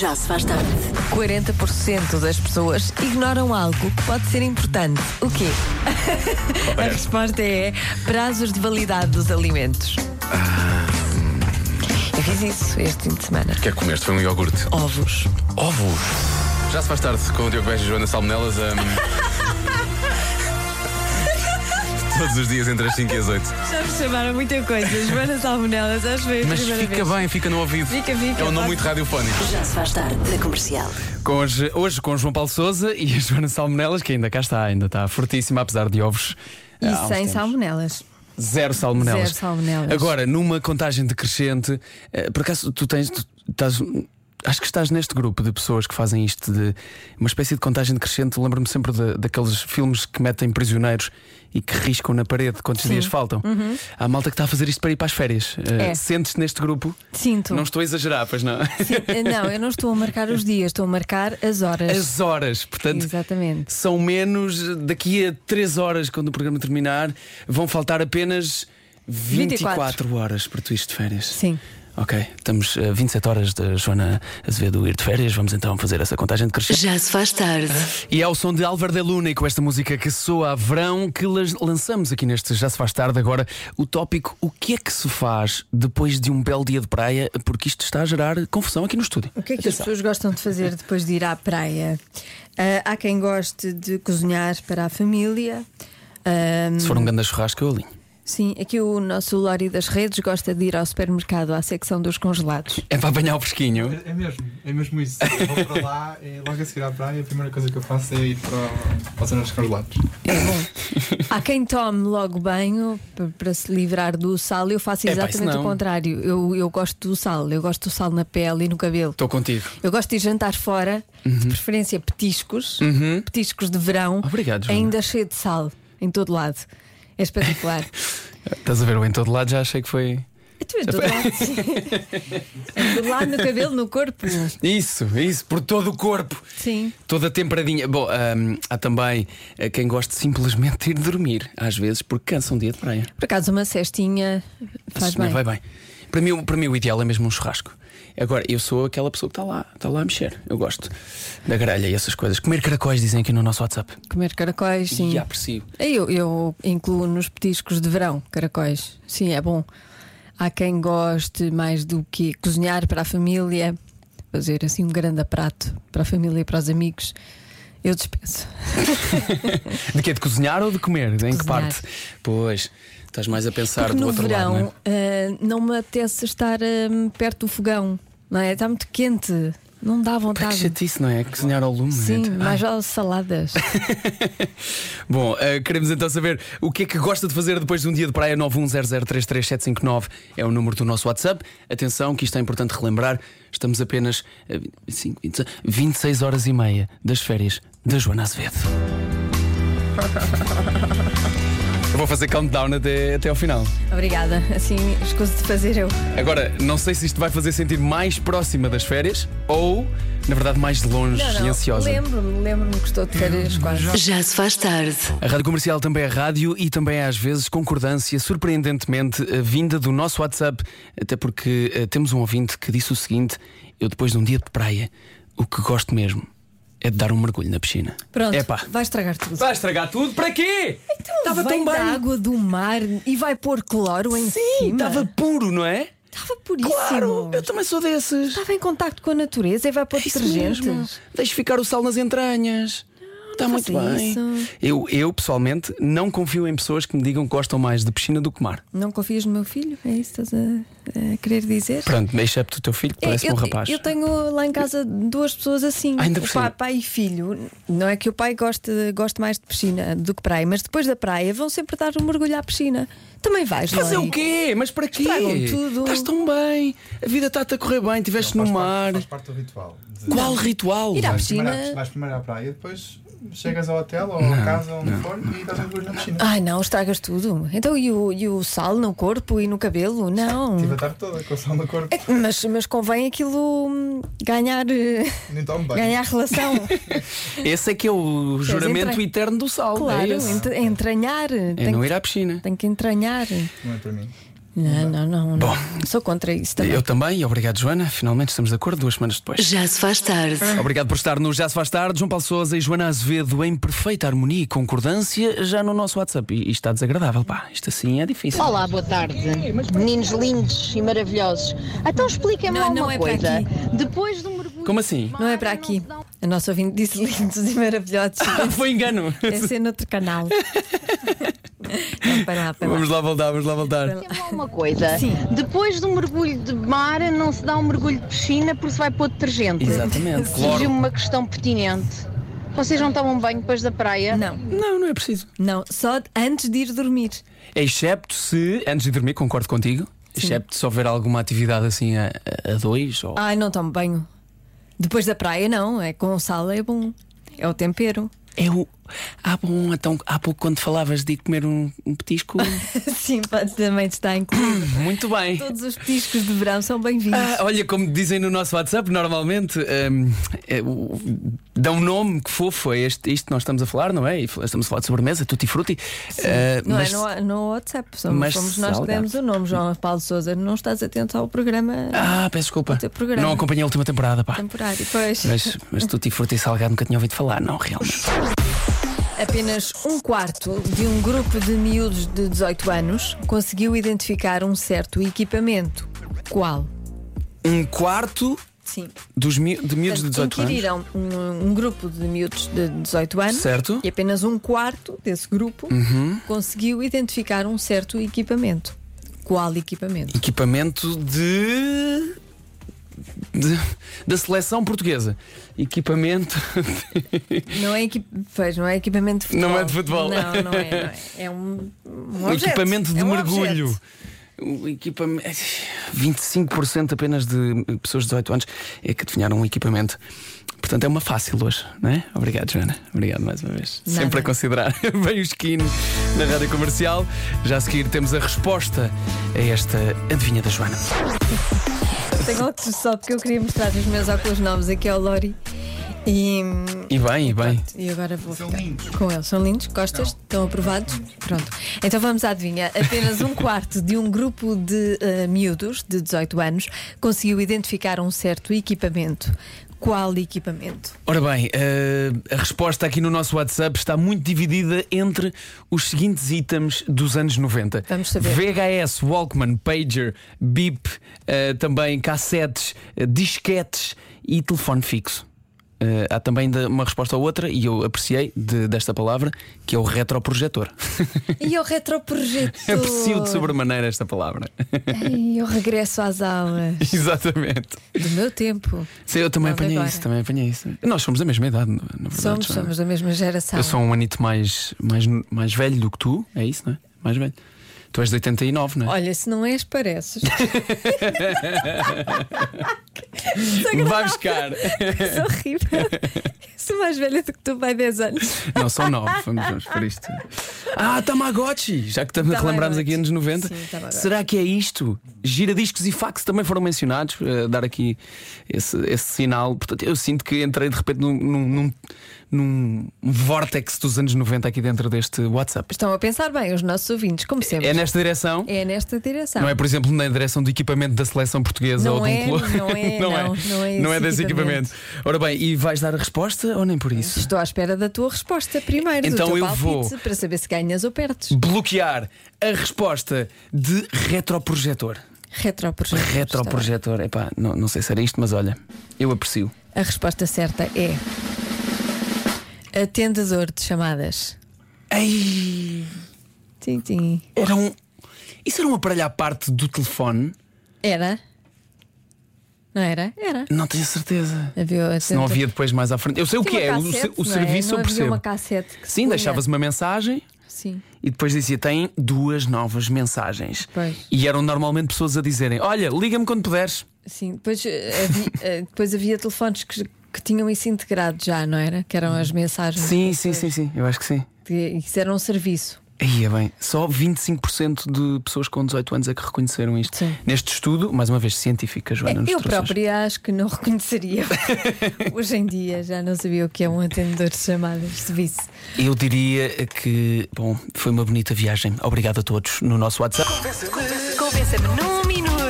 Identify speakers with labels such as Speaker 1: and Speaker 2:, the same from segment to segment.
Speaker 1: Já se faz tarde.
Speaker 2: 40% das pessoas ignoram algo que pode ser importante. O quê? A resposta é prazos de validade dos alimentos. Eu fiz isso este fim de semana.
Speaker 3: O que é que comeste? Foi um iogurte.
Speaker 2: Ovos.
Speaker 3: Ovos. Oh, Já se faz tarde com o Diogo Beja e Joana Salmonelas. um, hum. Todos os dias entre as 5 e as 8.
Speaker 2: Já me chamaram muita coisa. Joana Salmonelas, acho que foi a
Speaker 3: Mas
Speaker 2: primeira
Speaker 3: fica
Speaker 2: vez.
Speaker 3: bem, fica no ouvido.
Speaker 2: Fica, fica,
Speaker 3: É um nome
Speaker 2: pode.
Speaker 3: muito radiofónico.
Speaker 1: Já se faz tarde na comercial.
Speaker 4: Com hoje, hoje com o João Paulo Souza e a Joana Salmonelas, que ainda cá está, ainda está fortíssima, apesar de ovos.
Speaker 2: E
Speaker 4: ah, há uns
Speaker 2: sem
Speaker 4: tempos.
Speaker 2: salmonelas.
Speaker 4: Zero salmonelas.
Speaker 2: Zero salmonelas.
Speaker 4: Agora, numa contagem decrescente, eh, por acaso tu tens. tu estás- acho que estás neste grupo de pessoas que fazem isto de uma espécie de contagem decrescente. Lembro-me sempre da- daqueles filmes que metem prisioneiros e que riscam na parede quantos dias faltam. Há malta que está a fazer isto para ir para as férias. Eh,
Speaker 2: Uhum. É.
Speaker 4: Sentes-te neste grupo?
Speaker 2: Sinto.
Speaker 4: Não estou a exagerar, pois não?
Speaker 2: Eh, Não, eu não estou a marcar os dias, estou a marcar as horas.
Speaker 4: As horas, portanto,
Speaker 2: Exatamente.
Speaker 4: são menos daqui a 3 horas, quando o programa terminar, vão faltar apenas 24,
Speaker 2: 24
Speaker 4: horas para tu ires de férias.
Speaker 2: Sim.
Speaker 4: Ok, estamos a 27 horas da Joana Azevedo ir de férias. Vamos então fazer essa contagem de crescimento.
Speaker 1: Já se faz tarde.
Speaker 4: E é o som de Álvaro de Luna e com esta música que soa a verão que las- lançamos aqui neste Já Se Faz Tarde. Agora, o tópico: o que é que se faz depois de um belo dia de praia? Porque isto está a gerar confusão aqui no estúdio.
Speaker 2: O que é que as pessoas gostam de fazer depois de ir à praia? Ah, há quem goste de cozinhar para a família. Ahm,
Speaker 4: Se for um grande churrasco, eu alinho.
Speaker 2: sim, aqui o nosso Lori das Redes gosta de ir ao supermercado, à secção dos congelados.
Speaker 4: É para apanhar o pesquinho.
Speaker 5: É mesmo, é mesmo isso. Eu vou para lá, é logo a seguir à praia, a primeira coisa que eu faço é ir para, para a zona dos congelados.
Speaker 2: É Há quem tome logo banho p- para se livrar do sal. Eu faço
Speaker 4: Epá, É isso
Speaker 2: exatamente o
Speaker 4: não.
Speaker 2: contrário. Eu, eu gosto do sal, eu gosto do sal na pele e no cabelo.
Speaker 4: Estou contigo.
Speaker 2: Eu gosto de ir jantar fora,
Speaker 4: Uhum.
Speaker 2: de preferência petiscos, petiscos de verão,
Speaker 4: Obrigado, Joana.
Speaker 2: ainda cheio de sal em todo lado. É espetacular.
Speaker 4: Estás a ver o em todo lado, já achei que foi.
Speaker 2: Tu és É do lado, sim. És do lado no cabelo, no corpo.
Speaker 4: Isso, isso, por todo o corpo.
Speaker 2: Sim.
Speaker 4: Toda temperadinha. Bom, hum, há também eh, quem gosta simplesmente de ir dormir, às vezes, porque cansa um dia de praia.
Speaker 2: Por acaso, uma cestinha faz
Speaker 4: Isso não
Speaker 2: bem.
Speaker 4: vai bem. Para mim, o- para mim, o ideal é mesmo um churrasco. Agora, eu sou aquela pessoa que está lá, está lá a mexer. Eu gosto da grelha e essas coisas. Comer caracóis, dizem aqui no nosso WhatsApp.
Speaker 2: Comer caracóis, sim.
Speaker 4: E aprecio.
Speaker 2: Eu, eu incluo nos petiscos de verão caracóis. Sim, é bom. Há quem goste mais do que cozinhar para a família, fazer assim um grande prato para a família e para os amigos. Eu dispenso.
Speaker 4: De que é de cozinhar ou de comer? em que
Speaker 2: cozinhar.
Speaker 4: parte? Pois, estás mais a pensar
Speaker 2: Porque
Speaker 4: do
Speaker 2: no
Speaker 4: outro
Speaker 2: verão
Speaker 4: lado. Não é?
Speaker 2: ah, não me apetece estar ah, perto do fogão, não é? Está muito quente, não dá
Speaker 4: Pá, Que
Speaker 2: vontade.
Speaker 4: chatice, não é? Cozinhar ao lume.
Speaker 2: Sim,
Speaker 4: gente. Ai.
Speaker 2: mais vale saladas.
Speaker 4: Bom, eh, queremos então saber o que é que gosta de fazer depois de um dia de praia 910033759 é o número do nosso WhatsApp. Atenção, que isto é importante relembrar. Estamos apenas eh, a 25, 26, 26 horas e meia das férias da Joana Azevedo. Eu vou fazer countdown até, até ao final.
Speaker 2: Obrigada. Assim, escuso de fazer eu.
Speaker 4: Agora, não sei se isto vai fazer sentir mais próxima das férias ou, na verdade, mais de longe e ansiosa. é?
Speaker 2: Lembro-me, lembro-me que estou de férias quase.
Speaker 1: Já se faz tarde.
Speaker 4: A rádio comercial também é rádio e também é, às vezes concordância, surpreendentemente, eh, vinda do nosso WhatsApp, até porque eh, temos um ouvinte que disse o seguinte: eu depois de um dia de praia, o que gosto mesmo é de dar um mergulho na piscina.
Speaker 2: Pronto,
Speaker 4: Epá.
Speaker 2: vai estragar tudo.
Speaker 4: Vai estragar tudo? Para quê? Estava
Speaker 2: Vem
Speaker 4: tão
Speaker 2: da
Speaker 4: bem.
Speaker 2: água do mar e vai pôr cloro em
Speaker 4: Sim,
Speaker 2: cima.
Speaker 4: estava puro, não é?
Speaker 2: Estava puríssimo.
Speaker 4: Claro, eu também sou desses. É
Speaker 2: Estava em contacto com a natureza e vai pôr
Speaker 4: Isso
Speaker 2: detergentes.
Speaker 4: mesmo. Deixe ficar o sal nas entranhas.
Speaker 2: Tá
Speaker 4: Está muito
Speaker 2: faça
Speaker 4: bem.
Speaker 2: isso.
Speaker 4: Eu, eu, pessoalmente, não confio em pessoas que me digam que gostam mais de piscina do que mar.
Speaker 2: Não confias no meu filho? É isso que estás a, a querer dizer?
Speaker 4: Pronto, excepto o teu filho, que parece
Speaker 2: É, eu,
Speaker 4: um rapaz. Ah,
Speaker 2: eu tenho lá em casa duas pessoas assim,
Speaker 4: Ainda por
Speaker 2: o pai,
Speaker 4: cima.
Speaker 2: pai e filho. Não é que o pai goste, goste mais de piscina do que praia, mas depois da praia vão sempre dar um mergulho à piscina. Também vais, é?
Speaker 4: Fazer
Speaker 2: Lori.
Speaker 4: o quê? Mas para quê?
Speaker 2: Estragam tudo.
Speaker 4: Estás tão bem. A vida está-te a correr bem. Estiveste no
Speaker 5: Faz
Speaker 4: mar.
Speaker 5: parte, faz parte do ritual. de-
Speaker 4: Qual ritual?
Speaker 2: Ir à
Speaker 5: Vais primeiro à-
Speaker 2: piscina.
Speaker 5: Vais primeiro à praia, depois chegas ao hotel ou à casa, onde for, e dás mergulho na piscina.
Speaker 2: Ai não, estragas tudo. Então e o, e o sal no corpo e no cabelo? Não.
Speaker 5: Estive a tarde toda com o sol no corpo,
Speaker 2: É que- Mas, mas convém aquilo hum, ganhar, eh,
Speaker 5: nem tomo banho.
Speaker 2: ganhar relação.
Speaker 4: Esse é que é o juramento
Speaker 2: entra-
Speaker 4: eterno do sal.
Speaker 2: claro,
Speaker 4: é esse.
Speaker 2: entre- entranhar.
Speaker 4: É
Speaker 2: Tem,
Speaker 4: não
Speaker 2: que-
Speaker 4: ir à piscina.
Speaker 2: tem que entranhar.
Speaker 5: Não é para mim.
Speaker 2: Não, não, não. não.
Speaker 4: Bom.
Speaker 2: Sou contra isso também.
Speaker 4: Eu também, e obrigado, Joana. Finalmente estamos de acordo, duas semanas depois.
Speaker 1: Já se faz tarde.
Speaker 4: Obrigado por estar no Já Se Faz Tarde, João Paulo Souza e Joana Azevedo em perfeita harmonia e concordância já no nosso WhatsApp. E isto está desagradável, pá. Isto assim é difícil.
Speaker 6: Olá, boa tarde. Meninos lindos e maravilhosos. Então expliquem-me
Speaker 2: Não,
Speaker 6: lá
Speaker 2: não
Speaker 6: uma
Speaker 2: é para
Speaker 6: coisa.
Speaker 2: aqui.
Speaker 6: Depois do mergulho.
Speaker 4: Como assim?
Speaker 2: Não é para aqui. A nossa ouvinte disse lindos e maravilhosos.
Speaker 4: Foi engano.
Speaker 2: Deve ser noutro canal. não, para lá, para lá.
Speaker 4: Vamos lá voltar, vamos lá voltar.
Speaker 6: Diga-me lá Uma coisa,
Speaker 2: Sim.
Speaker 6: depois do mergulho de mar não se dá um mergulho de piscina porque se vai pôr detergente.
Speaker 4: Exatamente.
Speaker 6: Surgiu-me
Speaker 4: Cloro.
Speaker 6: uma questão pertinente. Vocês não tomam banho depois da praia?
Speaker 2: Não,
Speaker 4: Não, não é preciso.
Speaker 2: não, só antes de ir dormir.
Speaker 4: Excepto se, antes de dormir, concordo contigo. Excepto se houver alguma atividade assim a, a dois ou.
Speaker 2: Ai, não tomo banho. Depois da praia, não. É com sal, é bom. É o tempero.
Speaker 4: É o. Ah, bom, então há pouco quando falavas de comer um, um petisco.
Speaker 2: Sim, pode também estar incluído.
Speaker 4: Muito bem.
Speaker 2: Todos os petiscos de verão são bem-vindos.
Speaker 4: Ah, olha, como dizem no nosso WhatsApp, normalmente hum, é, o- dão um nome que fofo é este, isto que nós estamos a falar, não é? E fal- Estamos a falar de sobremesa, tutti frutti. Ah,
Speaker 2: Não
Speaker 4: mas-
Speaker 2: é no, no WhatsApp, somos,
Speaker 4: mas
Speaker 2: fomos nós que
Speaker 4: salgado.
Speaker 2: demos o nome, João Paulo Souza. Não estás atento ao programa
Speaker 4: Ah, peço desculpa.
Speaker 2: teu programa.
Speaker 4: Não acompanhei a última temporada, pá.
Speaker 2: temporário. Pois,
Speaker 4: Mas, mas tutti frutti e salgado nunca tinha ouvido falar, não, realmente.
Speaker 2: apenas um quarto de um grupo de miúdos de 18 anos conseguiu identificar um certo equipamento. Qual?
Speaker 4: Um quarto
Speaker 2: Sim.
Speaker 4: dos mi de miúdos de
Speaker 2: Portanto,
Speaker 4: 18 anos.
Speaker 2: inquiriram um, um grupo de miúdos de 18 anos
Speaker 4: Certo. Uhum.
Speaker 2: e apenas um quarto desse grupo conseguiu identificar um certo equipamento. Qual equipamento?
Speaker 4: Equipamento de. de- da seleção portuguesa. Equipamento.
Speaker 2: Não é, equip... pois, não é equipamento de futebol.
Speaker 4: Não é de futebol.
Speaker 2: Não, não é. Não é. é um, um
Speaker 4: Um
Speaker 2: objeto.
Speaker 4: equipamento de
Speaker 2: É um
Speaker 4: mergulho.
Speaker 2: objeto.
Speaker 4: Um equipamento. 25% apenas de pessoas de 18 anos é que adivinharam um equipamento. Portanto, é uma fácil hoje, não é? Obrigado, Joana. Obrigado mais uma vez.
Speaker 2: Nada.
Speaker 4: Sempre a considerar bem o skin na rádio comercial. Já a seguir temos a resposta a esta adivinha da Joana.
Speaker 2: Tenho outro só porque eu queria mostrar os meus óculos novos aqui ao Lori. E, hum,
Speaker 4: E bem, e bem.
Speaker 2: e agora vou
Speaker 5: São
Speaker 2: ficar
Speaker 5: lindos.
Speaker 2: com eles. São lindos? Gostas? Estão aprovados? Pronto. Então vamos à adivinha. Apenas um quarto de um grupo de eh, miúdos de 18 anos conseguiu identificar um certo equipamento. Qual equipamento?
Speaker 4: Ora bem, eh, a resposta aqui no nosso WhatsApp está muito dividida entre os seguintes itens dos anos 90.
Speaker 2: Vamos saber.
Speaker 4: VHS, Walkman, Pager, Beep, eh, também cassetes, eh, disquetes e telefone fixo. Eh, há também de- uma resposta a outra, e eu apreciei de- desta palavra, que é o retroprojetor.
Speaker 2: E o retroprojetor.
Speaker 4: Aprecio de sobremaneira esta palavra.
Speaker 2: Ai, eu regresso às aulas
Speaker 4: Exatamente.
Speaker 2: do meu tempo.
Speaker 4: Sim, eu também
Speaker 2: Vamos
Speaker 4: apanhei
Speaker 2: agora.
Speaker 4: isso, também apanhei isso. Nós somos da mesma idade, na na verdade.
Speaker 2: Somos,
Speaker 4: Joana.
Speaker 2: somos da mesma geração.
Speaker 4: Eu sou um anito mais, mais, mais velho do que tu, é isso, não é? Mais velho. Tu és de 89, não é?
Speaker 2: Olha, se não és, pareces. Desagradável.
Speaker 4: Vai buscar.
Speaker 2: És é horrível. Sou mais velha do que tu vai 10 anos.
Speaker 4: não, são 9, vamos, vamos por isto. Ah, Tamagotchi! Já que estamos a relembrarmos aqui
Speaker 2: Tamagotchi.
Speaker 4: anos 90.
Speaker 2: Sim, Tamagotchi.
Speaker 4: será que é isto? Giradiscos e fax também foram mencionados, eh, dar aqui esse, esse sinal. Portanto, eu sinto que entrei de repente num, num, num, num vórtex dos anos 90 aqui dentro deste WhatsApp.
Speaker 2: Estão a pensar bem, os nossos ouvintes, como sempre.
Speaker 4: É nesta direção?
Speaker 2: É nesta direção.
Speaker 4: Não é, por exemplo, na direção do equipamento da seleção portuguesa
Speaker 2: Não
Speaker 4: ou de um
Speaker 2: é,
Speaker 4: clube.
Speaker 2: não é, não, não é
Speaker 4: Não é
Speaker 2: esse
Speaker 4: desse equipamento.
Speaker 2: equipamento.
Speaker 4: Ora bem, e vais dar a resposta ou nem por isso?
Speaker 2: Estou à espera da tua resposta primeiro,
Speaker 4: Então
Speaker 2: do teu
Speaker 4: eu
Speaker 2: palpite,
Speaker 4: vou.
Speaker 2: para saber se ganhas ou perdes.
Speaker 4: Bloquear a resposta de retroprojetor.
Speaker 2: Retroprojetor. Está
Speaker 4: Retroprojetor, epá, não, não sei se era isto, mas olha, eu aprecio.
Speaker 2: bem. A resposta certa é. Atendedor de chamadas.
Speaker 4: Ei,
Speaker 2: Sim, sim.
Speaker 4: era um. Isso era um aparelho à parte do telefone?
Speaker 2: Era? Não era? Era.
Speaker 4: Não tenho certeza.
Speaker 2: Havia
Speaker 4: Se não havia depois mais à frente. Eu sei o que é, o, se- o serviço
Speaker 2: não
Speaker 4: eu
Speaker 2: havia
Speaker 4: percebo.
Speaker 2: uma cassete que se
Speaker 4: Sim,
Speaker 2: punha.
Speaker 4: deixavas uma mensagem.
Speaker 2: Sim.
Speaker 4: E depois dizia: tem duas novas mensagens.
Speaker 2: Pois.
Speaker 4: E eram normalmente pessoas a dizerem: Olha, liga-me quando puderes.
Speaker 2: Sim, depois, eh, havia, eh, depois havia telefones que, que tinham isso integrado já, não era? Que eram as mensagens.
Speaker 4: Sim, sim, sim, sim, eu acho que sim.
Speaker 2: Que, isso era um serviço.
Speaker 4: Aí é bem, só 25% de pessoas com 18 anos é que reconheceram isto.
Speaker 2: Sim. É,
Speaker 4: Neste estudo, mais uma vez científica, Joana, nos
Speaker 2: Eu
Speaker 4: trouxe hoje.
Speaker 2: própria acho que não reconheceria. Hoje em dia já não sabia o que é um atendedor de chamadas de serviço.
Speaker 4: Eu diria que, bom, foi uma bonita viagem. Obrigado a todos no nosso WhatsApp.
Speaker 7: Convença-me num minuto.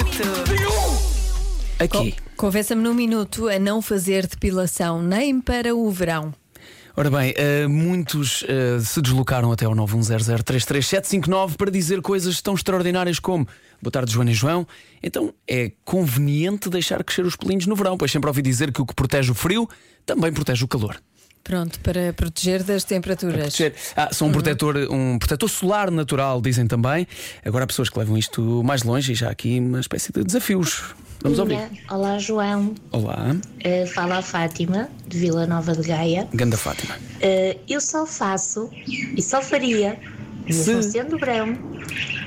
Speaker 4: Aqui.
Speaker 2: Convença-me num minuto a não fazer depilação nem para o verão.
Speaker 4: Ora bem, eh, muitos eh, se deslocaram até ao 910033759 para dizer coisas tão extraordinárias como Boa tarde, Joana e João. Então é conveniente deixar crescer os pelinhos no verão, pois sempre ouvi dizer que o que protege o frio também protege o calor.
Speaker 2: Pronto, para proteger das temperaturas.
Speaker 4: Proteger. Ah, são um
Speaker 2: Uhum.
Speaker 4: protetor, um protetor solar natural, dizem também. Agora há pessoas que levam isto mais longe e já há aqui uma espécie de desafios. Vamos ouvir.
Speaker 8: Olá, João.
Speaker 2: é.
Speaker 4: Olá,
Speaker 8: Eh, fala a Fátima, de Vila Nova de Gaia.
Speaker 4: Ganda Fátima.
Speaker 8: Eh, eu só faço e só faria, mesmo
Speaker 4: Se-
Speaker 8: sendo verão,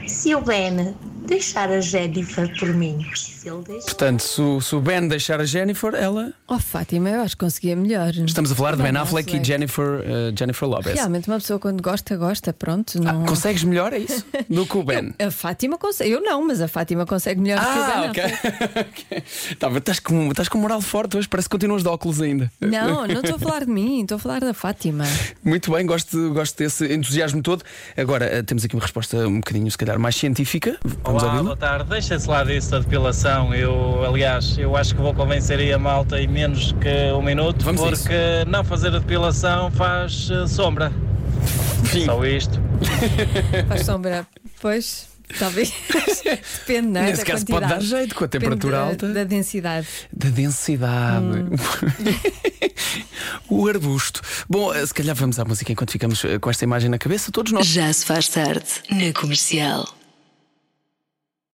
Speaker 8: se o Ben deixar a Jennifer por mim. Se ele deixar.
Speaker 4: Portanto, se, o- se o Ben deixar a Jennifer, ela.
Speaker 2: Oh, Fátima, eu acho que conseguia melhor.
Speaker 4: Estamos a falar de
Speaker 2: Bem,
Speaker 4: Ben
Speaker 2: não
Speaker 4: Affleck
Speaker 2: sei.
Speaker 4: e Jennifer, eh, Jennifer Lopez.
Speaker 2: Realmente, uma pessoa quando gosta, gosta, pronto.
Speaker 4: Ah,
Speaker 2: Não...
Speaker 4: consegues melhor, é isso? Do que o Ben.
Speaker 2: A Fátima consegue. Eu não, mas a Fátima consegue melhor que o Ben
Speaker 4: Ah, ok.
Speaker 2: Affleck.
Speaker 4: Ok. tá, mas estás com, estás com moral forte hoje, parece que continuas de óculos ainda.
Speaker 2: Não, não estou a falar de mim, estou a falar da Fátima.
Speaker 4: Muito bem, gosto, gosto desse entusiasmo todo. Agora eh, temos aqui uma resposta um bocadinho, se calhar, mais científica. Vamos
Speaker 9: Olá,
Speaker 4: ouvi-la?
Speaker 9: boa tarde. Deixem-se lá disso da depilação. Eu, aliás, eu acho que vou convencer aí a malta em menos que um minuto,
Speaker 4: Vamos a isso.
Speaker 9: porque não fazer a depilação faz eh, sombra. Só isto.
Speaker 2: Faz sombra. Pois, talvez. Depende, não é?
Speaker 4: Nesse
Speaker 2: Da quantidade.
Speaker 4: caso pode dar jeito com a
Speaker 2: Depende
Speaker 4: temperatura
Speaker 2: da-
Speaker 4: alta.
Speaker 2: Da densidade.
Speaker 4: Da densidade. o arbusto. Bom, eh, se calhar vamos à música enquanto ficamos eh, com esta imagem na cabeça, todos nós.
Speaker 1: Já se faz tarde na comercial.